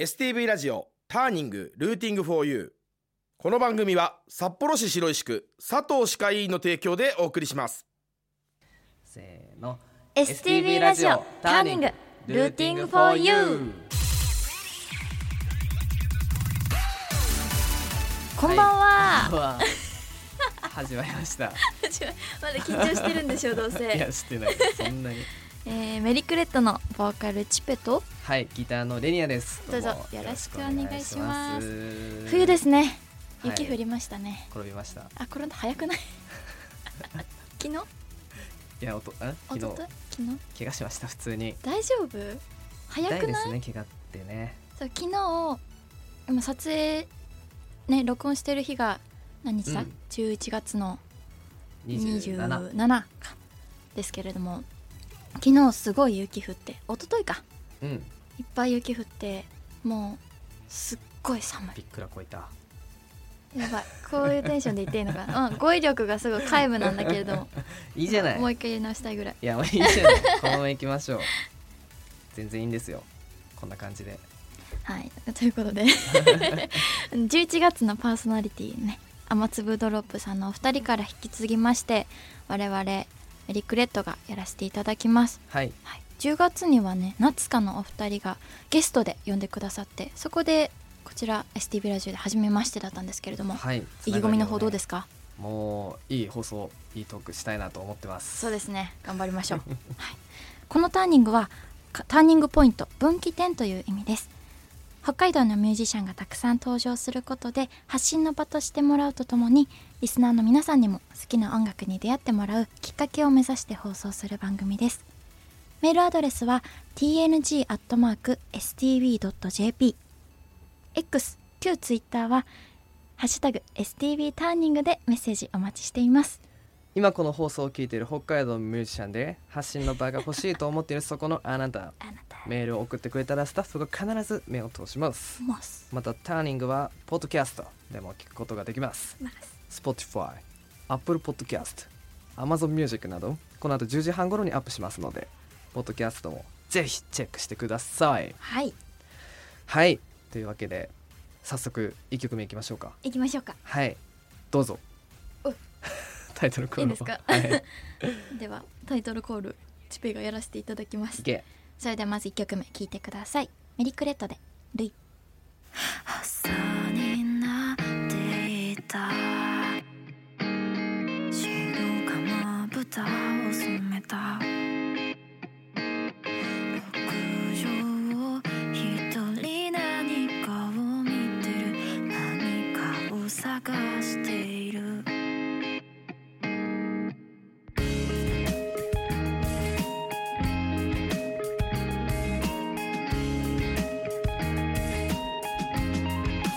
STV ラジオターニングルーティングフォーユーこの番組は札幌市白石区佐藤歯科医院の提供でお送りしますせーの STV ラジオターニングルーティング for you こんばんは、は始まりま したまだ緊張してるんでしょどういやせ、してないそんなにえー、メリクレットのボーカルチペとはいギターのレニアですどうぞもよろしくお願いしますよろしくお願いしま冬ですねはい雪降りましたね、転びましたあこれ早 くない昨日いやおとん昨お日ととい昨日怪我しました普通に大丈夫早痛いくでないすね怪我ってねそう昨日今撮影ね録音してる日が何日だ、うん ?11 月の27 27かですけれども昨日すごい雪降って一昨日かうんいっぱい雪降ってもうすっごい寒びっくらこいたいやばいこういうテンションで言っていいの かな、うん、語彙力がすごい皆無なんだけれどもいいじゃないもう一回やり直したいぐらいいやもういいじゃないこのまま行きましょう全然いいんですよこんな感じではいということで 11月のパーソナリティね雨粒ドロップさんのお二人から引き継ぎまして我々メリクレットがやらせていただきますはいはい、10月にはね夏香のお二人がゲストで呼んでくださってそこでこちら STV ラジオで初めましてだったんですけれども、はい意気込みの方どうですすかもういい放送いいトークしたいなと思ってますそうですね頑張りましょう、 はい、このターニングはかターニングポイント分岐点という意味です北海道のミュージシャンがたくさん登場することで発信の場としてもらうとともにリスナーの皆さんにも好きな音楽に出会ってもらうきっかけを目指して放送する番組ですメールアドレスは tng.stv.jp X 旧 Twitter は「ハッシュタグ #stv ターニング」でメッセージお待ちしています今この放送を聞いている北海道のミュージシャンで発信の場が欲しいと思っているそこのあなたあなたメールを送ってくれたらスタッフが必ず目を通しますモスまたターニングはポッドキャストでも聞くことができますマス Spotify、Apple Podcast、Amazon Music などこの後10時半頃にアップしますのでポッドキャストもぜひチェックしてくださいはいはいというわけで早速1曲目いきましょうか行きましょうかはいどうぞお タイトルコールをいいですかはい、ではタイトルコールチペがやらせていただきまいすけそれではまず1曲目聴いてくださいメリークレットで「ルイ」朝になっていた白がまぶたを染めた屋上を一人何かを見てる何かを探している「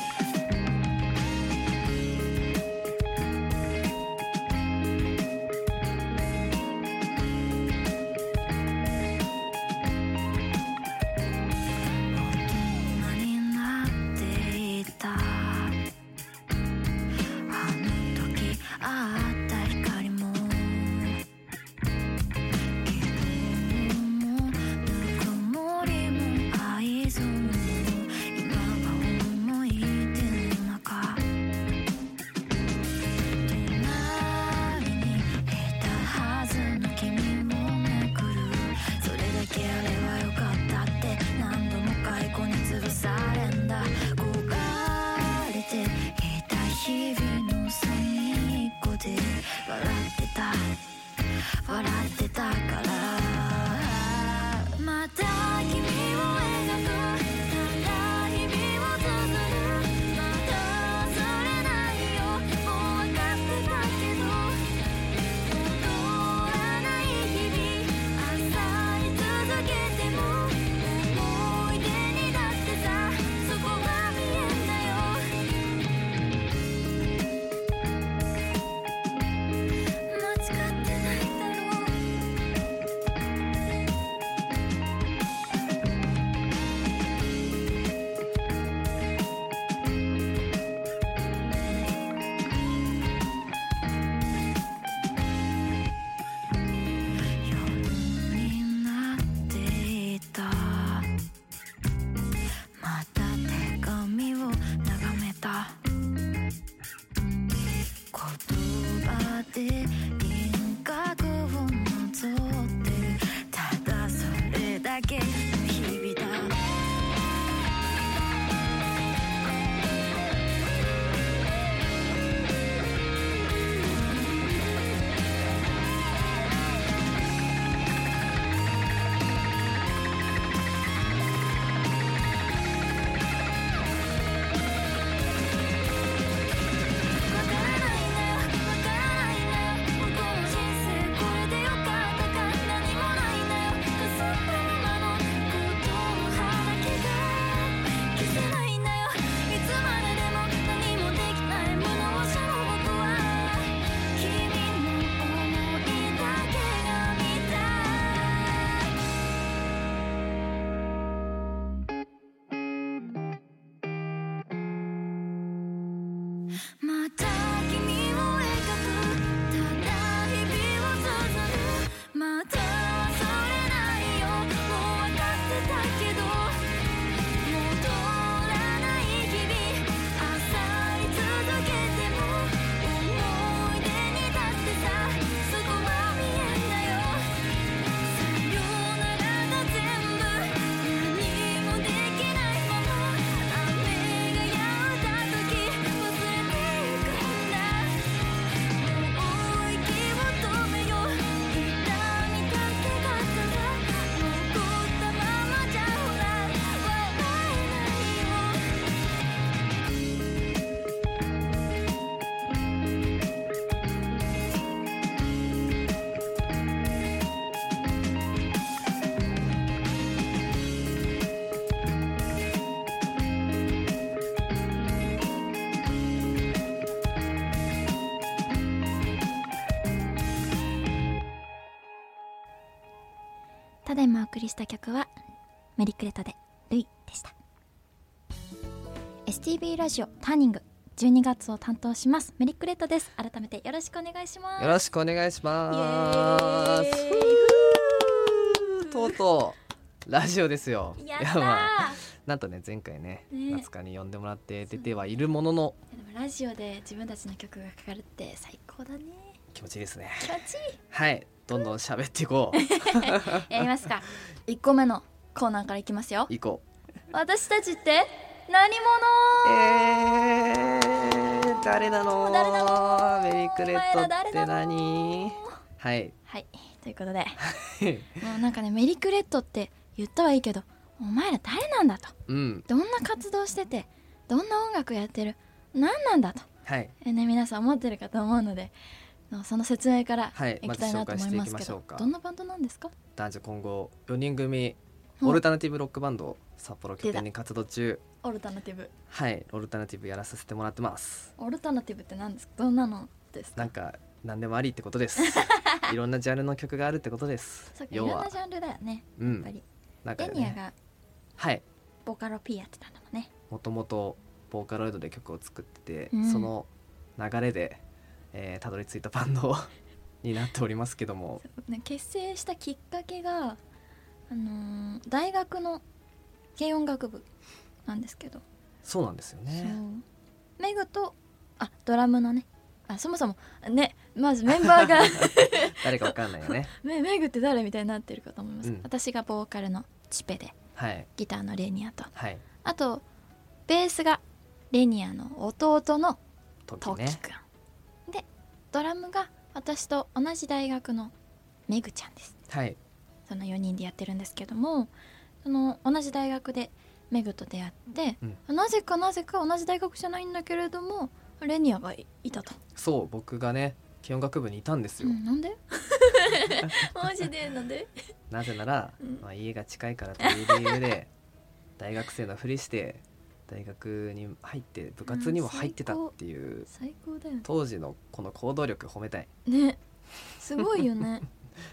ただいまお送りした曲は「メリクレト」で「ルイ」でした STB ラジオ「ターニング」12月を担当しますメリクレトです改めてよろしくお願いしますよろしくお願いしますイエふーイうとうとうラジオですよやったーいまあなんとね前回ねね夏香に呼んでもらって出てはいるもののでもラジオで自分たちの曲がかかるって最高だね気持ちいいですね気持ちいいはいどんどん喋っていこ うやり ますか1個目のコーナーからいきますよ行こ私たちって何者うえー、誰なの誰なのメリクレットってお前ら誰な何はい はいということでもうなんかねメリクレットって言ったはいいけどお前ら誰なんだとうんどんな活動しててどんな音楽やってる何なんだと、はいえね、皆さん思ってるかと思うのでその説明からはいいきたいなと思いままず紹介していきすまけしど、ょうかどんなバンドなんですか男女混合4人組うんオルタナティブロックバンドを札幌拠点に活動中オルタナティブはいオルタナティブやらさせてもらってますオルタナティブって何ですかどんなのですかなんか何でもありってこと ですいろんなジャンルの曲があるってことですそうかい要ろんなはジャンルだよねうやっぱんり、なんエかニアねがはいボカロ P やってたんだもんねもともとボーカロイドで曲を作ってて、うんその流れで、えーたどり着いたバンドになっておりますけど もね結成したきっかけが、あのー大学の軽音楽部なんですけど、そうなんですよねそうメグとあドラムのねあそもそもねまずメンバ ーが誰かわかんないよねメメグって誰みたいになってるかと思います、うん私がボーカルのチペではいギターのレニアとはいあとベースがレニアの弟の時トウキねくんでドラムが私と同じ大学のメグちゃんですはいその4人でやってるんですけどもその同じ大学でメグと出会って、なぜかなぜか同じ大学じゃないんだけれどもレニアがいいたと、そう僕がね軽音楽部にいたんですよ、な んでマジでなんでなぜなら、うんまあ、家が近いからという理由で 大学生のふりして大学に入って部活にも入ってたっていう最高だよね当時のこの行動力褒めたいねすごいよね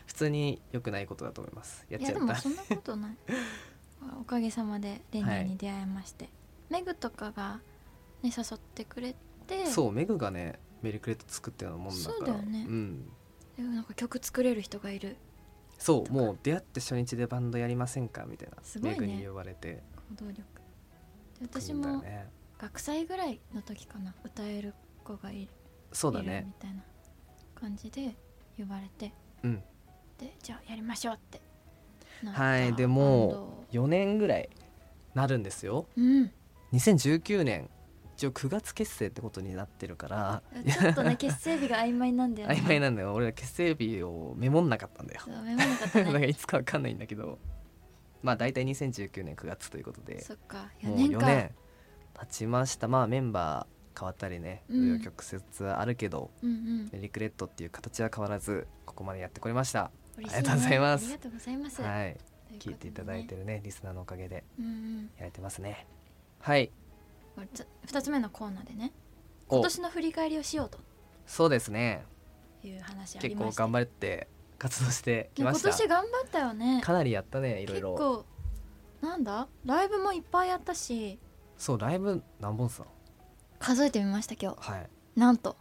普通に良くないことだと思います やっいちゃやっでたもそんなこ とないおかげさまでレニアに出会いまして、メグとかが、ね、誘ってくれてそうメグがねメリクレット作ったようなもんだからそうだよねん、でもなんか曲作れる人がいるそとうかもう出会って初日でバンドやりませんかみたいな、すごいメねグに呼ばれて行動力で私組んだよもね学祭ぐらいの時かな歌える子がいるそうだいるねみたいな感じで呼ばれてうんでじゃあやりましょうってなったはいでバンドもをう4年ぐらいなるんですよ うん2019年一応9月結成ってことになってるからちょっとね結成日が曖昧なんだよね曖昧なんだよ俺ら結成日をメモんなかったんだよそうメモなかっただか ねらいつかわかんないんだけどまあ大体2019年9月ということでそっかも4う年4か年経ちましたまあメンバー変わったりねうん紆余曲折あるけど、うんうんメリクレットっていう形は変わらずここまでやってこれました嬉しありがとうございますありがとうございますはいとうことで聞いねていただいてるねリスナーのおかげでうんうんやれてますねはいこれつ二つ目のコーナーでねお今年の振り返りをしようとそうですねいう話あり結ま構した頑張って活動してきねま今した年頑張ったよねかなりやったねいろいろ結構なんだライブもいっぱいやったしそうライブ何本さ数えてみました今日はいなんと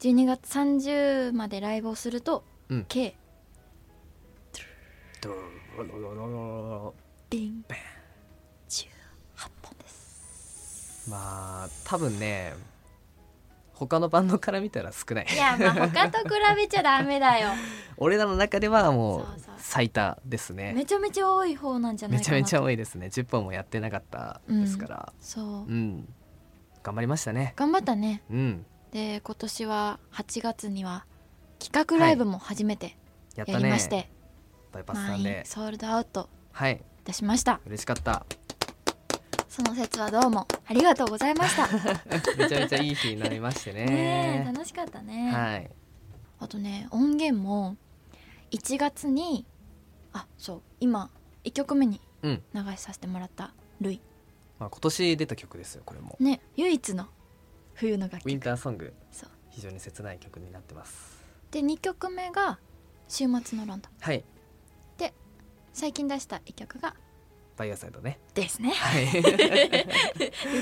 12月30までライブをすると、うん計ドロロロロロビン18本ですまあ多分ね他のバンドから見たら少ない いやまあ他と比べちゃダメだよ俺らの中ではもうそうそう最多です ねめちゃめちゃ多い方なんじゃなめいちかゃなめちゃ多いですね10本もやってなかったですからそう、うん、頑張りましたね頑張ったねうんで今年は8月には企画ライブも初めてやっやたりねまして、バイパスさ満ん員でソールドアウトはいいたしました嬉しかった その説はどうもありがとうございましためちゃめちゃいい日になりましてねねえ楽しかったね、はいあとね音源も1月にあそう今1曲目にう流んしさせてもらった「ルイまあ今年出た曲ですよこれもね唯一の冬の楽ウィン曲ターソングそう非常に切ない曲になってますで2曲目が「週末のロンドンはい」 「最近出した一曲がバイアサイドねですね。はいで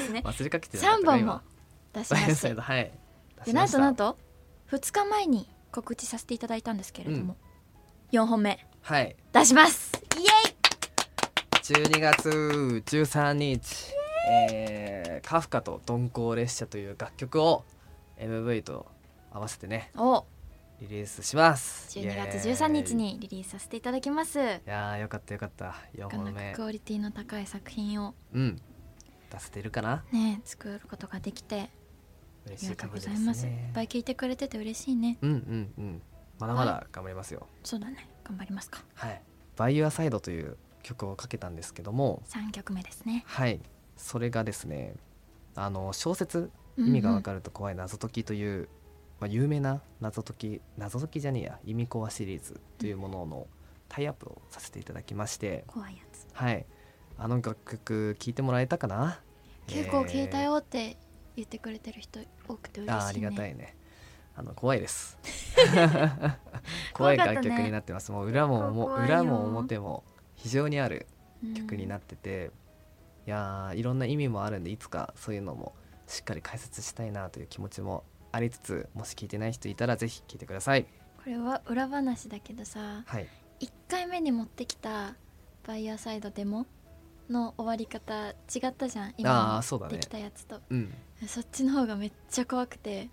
すね。忘れかけてなかっ 三たか本も今出しまバイアしサイ てド、はい出でしなまんしとたなんと2日前に告知させていただいたんですけれども、4本目はい出します。イエイ。 12月13日、えーカフカと鈍行列車という楽曲を MV と合わせてねをリリースします12月13日にリリースさせていただきます。イエーイいやーよかったよかった4なか本なか目クオリティの高い作品をうん出せてるかなね作ることができてあ嬉りしいがと感うじごですざねいます。いっぱい聞いてくれてて嬉しいね。うんうんうんまだまだ頑張りますよそうだね。頑張りますか。はい「バイ・ユア・サイド」という曲をかけたんですけども3曲目ですね。はいそれがですねあの小説意意味がわる。かると怖い謎解きという、まあ、有名な謎解き謎解きじゃねえや意味コアシリーズというもののタイアップをさせていただきまして怖いやつ。はいあの楽曲聴いてもらえたかな結構聞いたえーよって言ってくれてる人多くて嬉しいね。あーありがたい。いねあの怖いです 怖 怖いかったね楽曲になってますもう裏もも怖いよ裏も表も非常にある曲になってて、いやーいろんな意味もあるんでいつかそういうのもしっかり解説したいなという気持ちもありつつもし聞いてない人いたらぜひ聞いてくださいこれは裏話だけどさ、はい1回目に持ってきたバイヤーサイドデモの終わり方違ったじゃん。ああ今ーそうだでねきたやつと。うんそっちの方がめっちゃ怖 くて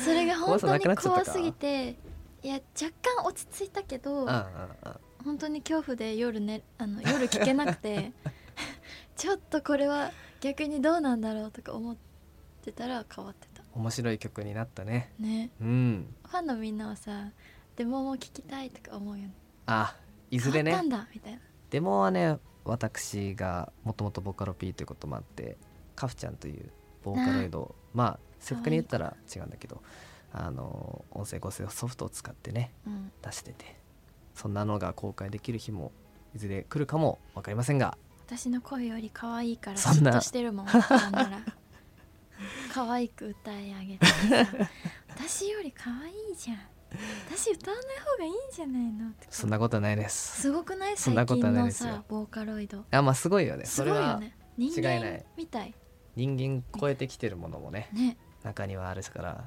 それが本当に怖すぎていや若干落ち着いたけうどんうんうん本当に恐怖で夜,、ね、あの夜聞けな くてちょっとこれは逆にどうなんだろうとか思ってたら変わってた面白い曲になったねねうんファンのみんなはさデモも聞きたいとか思うよねあいずれ変ねわったんだみたいなデモはね私がもともとボカロ P ということもあってカフちゃんというボーカロイドをまあ正確に言ったら違うんだけどあの音声合成ソフトを使ってねうん出しててそんなのが公開できる日もいずれ来るかも分かりませんが私の声より可愛いからそ嫉んな妬してるもんなんな ら可愛く歌い上げてさ私より可愛いじゃん私歌わない方がいいんじゃないのとかそんなことはないですすごくないそん最なこと近はないのですよさボーカロイドあまあすごいよねすそごれいよはね人違いない間みたい人間超えてきてるものもねね、中にはあるから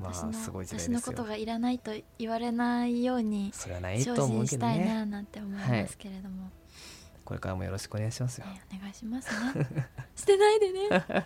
ま私のあすごい時代私でのすこよとがいらないと言われないようにそれはない精と思う進けしどたいねななんて思いますけれども、これからもよろしくお願いしますよねお願いします ね捨てないでね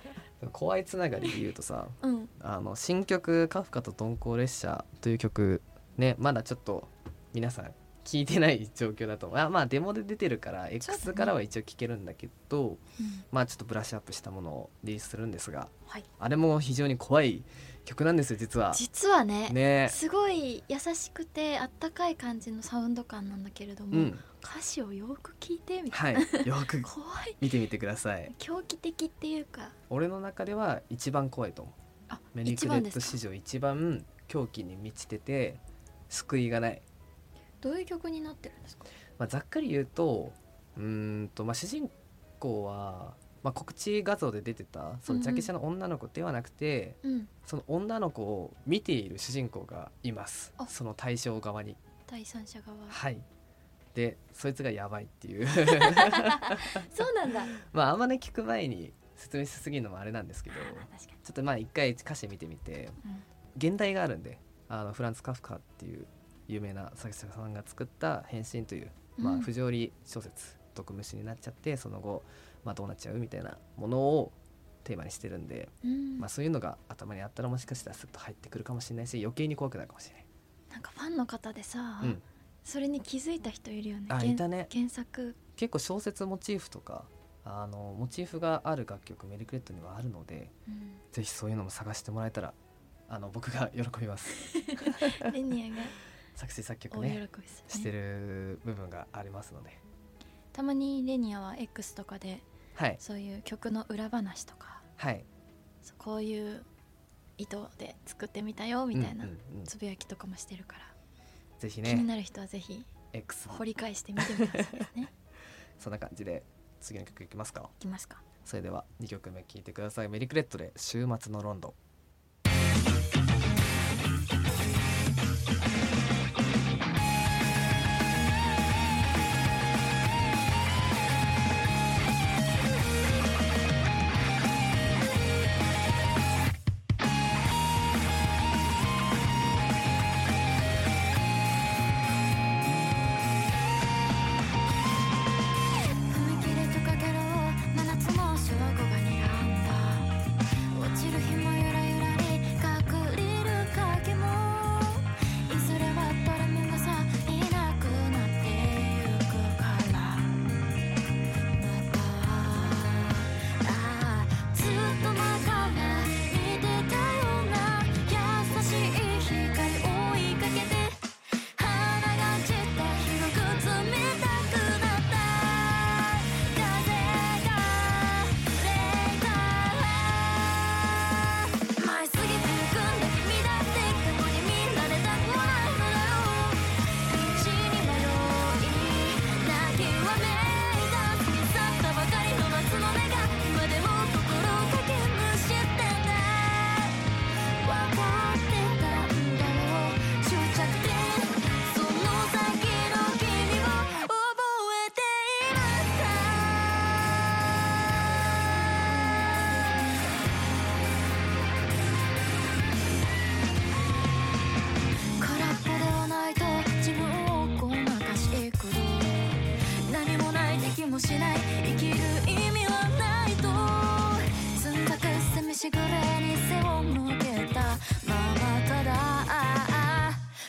怖いつながりで言うとさ うんあの新曲「カフカと鈍行列車」という曲ねまだちょっと皆さん聞いてない状況だと思うあまあデモで出てるからそうだね X からは一応聞けるんだけどうんまあちょっとブラッシュアップしたものをリリースするんですがはいあれも非常に怖い曲なんですよ実は。実はねねすごい優しくてあったかい感じのサウンド感なんだけれども、うん歌詞をよく聞いてみたいはいよくな怖い見てみてください。狂気的っていうか俺の中では一番怖いと思う。あメリー一クレ番ッでトす史か上一番狂気に満ちてて救いがないどういう曲になってるんですかまあ、ざっくり言うとうーんと、まあ、主人公は、まあ、告知画像で出てたそのジャケ写の女の子ではなくて、うんその女の子を見ている主人公がいますあその対象側に第三者側はいでそいつがやばいって いうそうなんだまああんまね聞く前に説明しすぎるのもあれなんですけどあ確かに、ちょっとまあ一回歌詞見てみてうん現代があるんであのフランツ・カフカっていう有名な作者さんが作った「変身」というまあ、うん不条理小説毒虫になっちゃってその後、まあ、どうなっちゃうみたいなものをテーマにしてるんで、うんまあ、そういうのが頭にあったらもしかしたらスッと入ってくるかもしれないし余計に怖くなるかもしれない。なんかファンの方でさ、うん、それに気づいた人いるよねあ原いたね原作結構小説モチーフとかあのモチーフがある楽曲メリークレットにはあるので うんぜひそういうのも探してもらえたらあの僕が 喜びますレニアが作詞作曲大喜ねびすしる、てね、る部分がありますのでたまにレニアは X とかではいそういう曲の裏話とかはいそうこういう意図で作ってみたよみたいなうんうんうんつぶやきとかもしてるから、ぜひ気にねなる人はぜひ X 掘り返してみてみてほしいです ねそんな感じで次の曲いきますかいきますかそれでは2曲目聴いてくださいメリークレットで「週末のロンドン」 「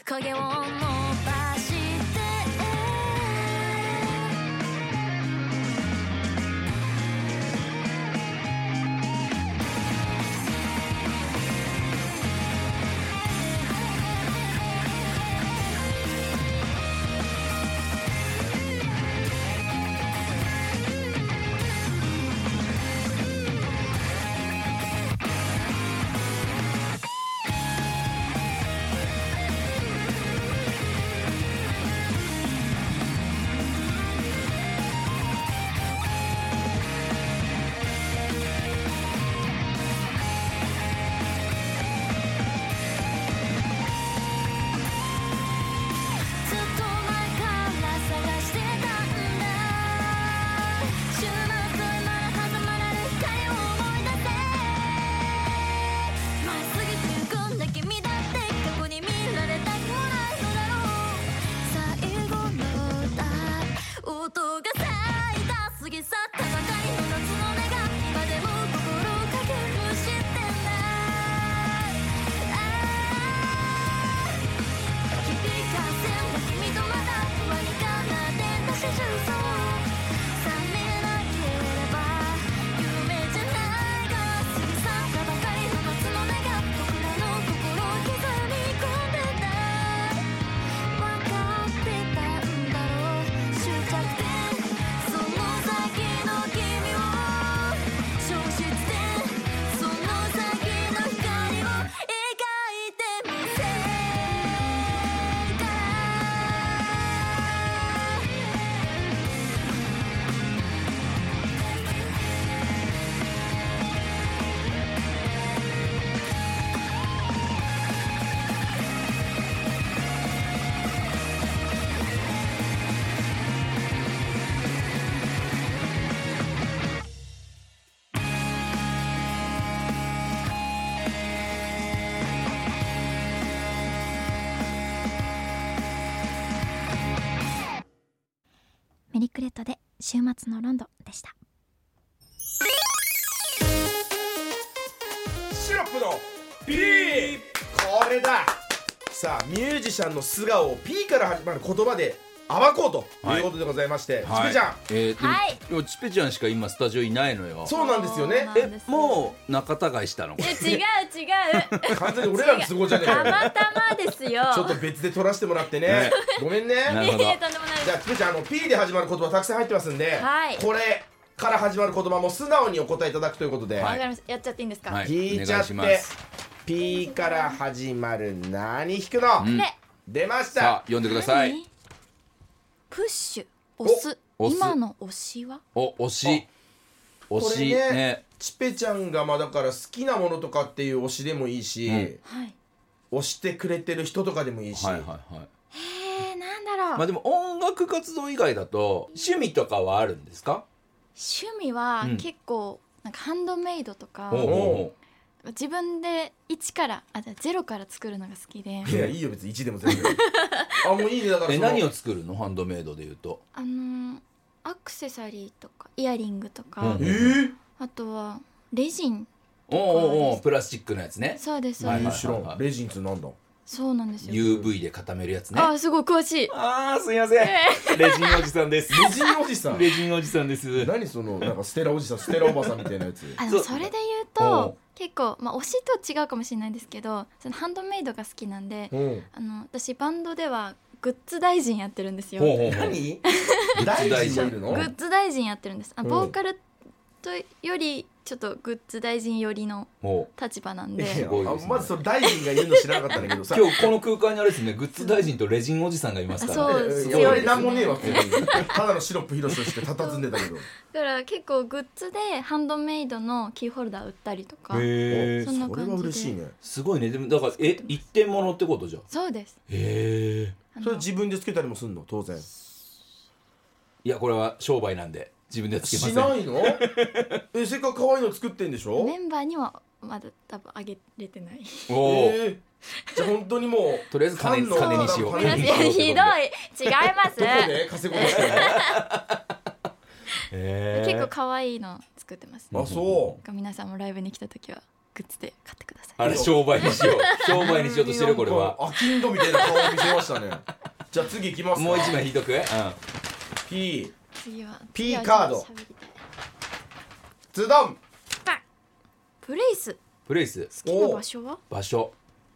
影を伸ばしてずっと前から探してたんだ週末なら挟まられたよ思い出せ前すぎて浮かんだ君だって過去に見られたくもないのだろう最後の歌音が咲いた過ぎ去ったばかりの夏の音が今でも心をかけむしてない響かせんだ君とまた輪に奏でた手術を覚めなければ夢じゃないが過ぎ去ったばかりの夏の音が僕らの心を刻み込んでた分かってたんだろう終着点その先の君を消失点その先の光を描いてみせメリクレットで週末のロンドンでしたシロップのピーこれださあミュージシャンの素顔を P から始まる言葉で暴こうということでございまして、はいちぺちゃんえーでもはいでもチペちゃんしか今スタジオいないのよそうなんですよねえもう仲違いしたのいや違う 違う完全に俺らの都合じゃねえ たかよまたまですよちょっと別で撮らせてもらってねねごめんねなる ほどいやいやとんでもないですじゃあちぺちゃんあの P で始まる言葉たくさん入ってますんで、はいこれから始まる言葉も素直にお答えいただくということで、わかりましたやっちゃっていいんですか、はい聞いちゃってお願いします P から始まる何弾くの、んで出ましさあた読んでください何プッシュ押すお押す今の推しはお推し推しこれねねちぺちゃんがまあだから好きなものとかっていう推しでもいいし、うんはい推してくれてる人とかでもいいし、はいはいはいえー、なんだろう、まあでも音楽活動以外だと趣味とかはあるんですか趣味はうん結構なんかハンドメイドとか、おうおうお自分で一からあじゃあゼロから作るのが好きでいやいいよ別に1でも全 然あもういいねだかうらえその何を作るのハンドメイドで言うとあのーアクセサリーとかイヤリングとか、うんえー、あとはレジンおうおうおうプラスチックのやつねそうですそうはでいす、はい知らんレジンってなんだそうなんですよ、 UV で固めるやつねあーすごい詳しいあーすいませんレジンおじさんですレジンおじさんレジンおじさんです何そのなんかステラおじさんステラおばさんみたいなやつあのそうそれで言ううんと結構、まあ、推しと違うかもしれないんですけどそのハンドメイドが好きなんでうんあの私バンドではグッズ大臣やってるんですよほうほうほう何大大事臣いるのグッズ大臣やってるんですあうんボーカルとよりちょっとグッズ大臣寄りのほう立場なんいやでごいですねあまずその大臣がいるの知らなかったんだけどさ今日この空間にあれですねグッズ大臣とレジンおじさんがいますかあらねそうですいや俺なんもねえわけただのシロップヒロシとして佇んでたけどだから結構グッズでハンドメイドのキーホルダー売ったりとかへえそんなそ感じでれは嬉しいねすごいねでもだからえ一点物ってことじゃんそうですへえあのそれ自分でつけたりもすんの当然いやこれは商売なんで自分ではつけませしんないのえせっかく可愛いの作ってんでしょメンバーにはまだ多分あげれてないおおえーじゃあ本当にもうとりあえず金ファンの金にしようファごめンんなのさ方々いやひどい違いますどこで稼ごうとしてるへ結構え可愛いの作ってますのあそうなんか皆さんもライブに来た時はグッズで買ってくださいあれ商売にし よう商売にしようとしてるこれはアキンドみたいな顔を見せましたねじゃあ次いきますかもう一枚引いとく、うん、 P 次は P カードズドンプレイスプレイス好きな場所は場所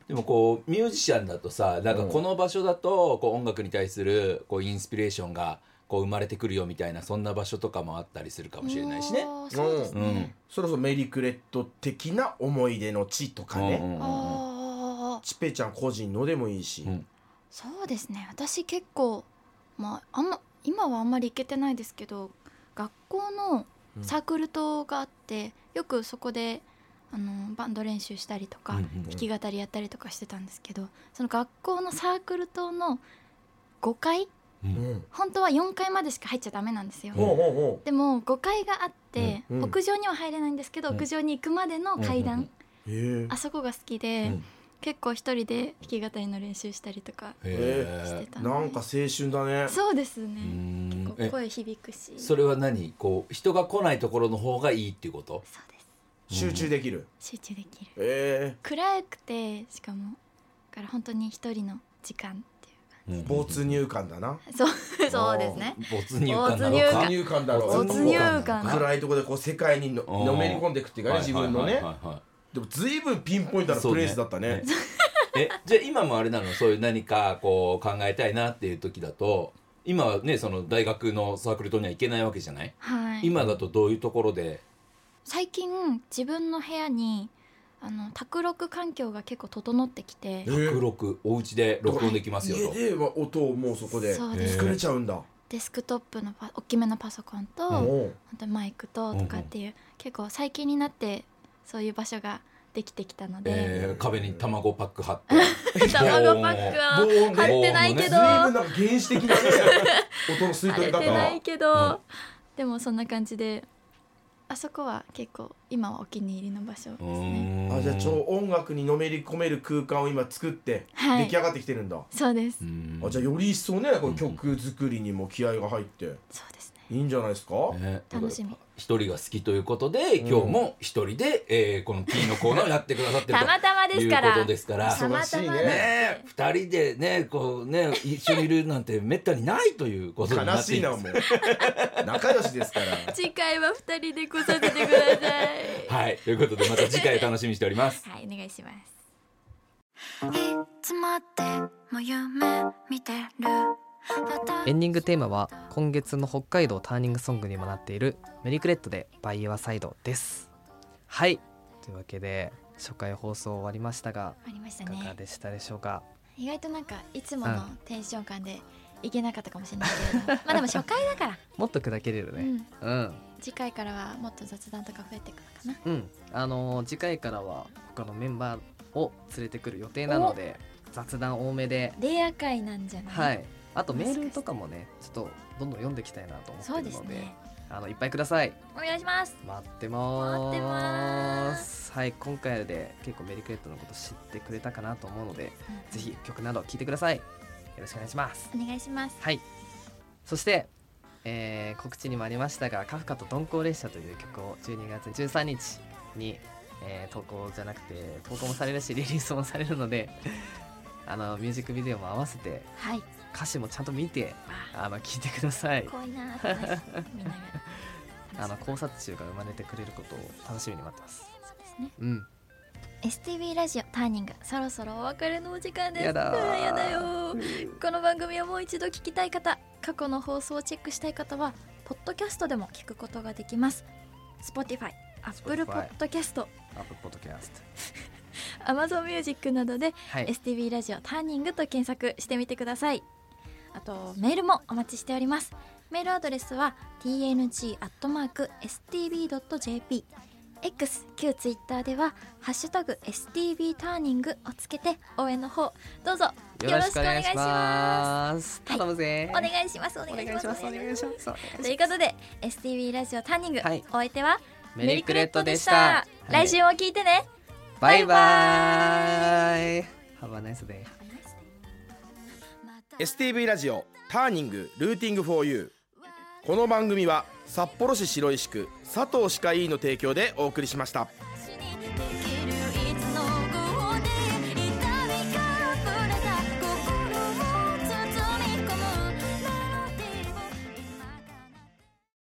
でもこうミュージシャンだとさなんかこの場所だとこう音楽に対するこうインスピレーションがこう生まれてくるよみたいなそんな場所とかもあったりするかもしれないしね。おーそうですうね、んうんそろそろメリークレット的な思い出の地とかね、うんうんうんああちぺちゃん個人のでもいいし、うんそうですね私結構まああんま今はあんまり行けてないですけど学校のサークル棟があって、よくそこであのバンド練習したりとか、うんうんうん弾き語りやったりとかしてたんですけどその学校のサークル棟の5階うん本当は4階までしか入っちゃダメなんですよ。おうおうおうでも5階があって、うんうん屋上には入れないんですけど、うん屋上に行くまでの階段、うんうんへえあそこが好きで、うん結構一人で弾き語りの練習したりとかしへてえたのでなんか青春だねそうですね、うん結構声響くしそれは何こう人が来ないところの方がいいっていうことそうです集中できる、集中できるえ暗くてしかもだから本当に一人の時間っていうえ没入感だなかそう そうですね没入感なの没没か入感だろ没没入感暗いとこでこう世界にのうんのめり込んでいくっていうかね自分のはいねはいはいはいでも随分ピンポイントなプレイスだったね えじゃあ今もあれなのそういう何かこう考えたいなっていう時だと今はねその大学のサークルとには行けないわけじゃないはい今だとどういうところで最近自分の部屋にあの卓録環境が結構整ってきえて卓録お家で録音できますよ家と。では音をもうそこでそうです作れちゃうんだデスクトップのパ大きめのパソコンと、うん本おう当にマイクととかっていう、結構最近になってそういう場所ができてきたので、えー壁に卵パック貼って 卵パックは防音では貼ってないけ随ど、分なんか原始的なね 音の吸い貼取れり方てがないけど、うんでもそんな感じであそこは結構今はお気に入りの場所ですねああじゃあ超音楽にのめり込める空間を今作ってはい出来上がってきてるんだ、そうです、あじゃあより一層ねこう曲作りにも気合が入ってそうですねいいんじゃないですか、楽しみ一人が好きということで今日も一人で、えーこの P のコーナーをやってくださって るたまたまとでいすうかこらとですからすたまたま忙しいねねえ二人でねこうね一緒にいるなんてめったにないということにな悲ってしいいなまもす。う 仲良しですから次回は二人で来させてくださいはいということでまた次回楽しみにしております。 はいお願いしますいつまでも夢見てるエンディングテーマは今月の北海道ターニングソングにもなっているメリークレットでバイユアサイドですはいというわけで初回放送終わりましたが終わりましたいかがねでしたでしょうか、意外となんかいつもうのんテンション感でいけなかったかもしれないけれ どまあでも初回だから、もっと砕けれるうねん、うん、うん次回からはもっと雑談とか増えていくのかなあのー次回からは他のメンバーを連れてくる予定なので雑談多めでレア会なんじゃない、はいあとメールとかもねちょっとどんどん読んでいきたいなと思ってそうるですのでねあのいっぱいくださいお願いします待ってます待ってますはい今回で結構メリークレットのこと知ってくれたかなと思うので、ぜひ曲など聴いてくださいよろしくお願いしますお願いしますはいそして、えー告知にもありましたが「カフカと鈍行列車」という曲を12月13日に、えー投稿じゃなくて投稿もされるしリリースもされるので あのミュージックビデオも合わせてはい歌詞もちゃんと見てあの聴いてください怖いなーって話見ながら あの楽し考察中が生まれてくれることを楽しみに待ってますみそうですねうん STV ラジオターニングそろそろお別れのお時間ですやだうーわやだよーこの番組をもう一度聞きたい方過去の放送をチェックしたい方はポッドキャストでも聞くことができます Spotify、Spotify Apple Podcast、アップポッドキャスト Amazon Music などではい STV ラジオターニングと検索してみてくださいあとメールもお待ちしておりますメールアドレスは tng.stv.jp X 旧ツイッターではハッシュタグ STV ターニングをつけて応援の方どうぞよろしくお願いしますす頼むぜお願いしますお願いしますお願いしますお願いしますということで STV ラジオターニング、はいお相手はメリークレットでしたメリークレットでした来週も聞いてね、バイバイ Have a nice day STV ラジオターニングルーティングフォーユーこの番組は札幌市白石区佐藤歯科医院の提供でお送りしました私に手を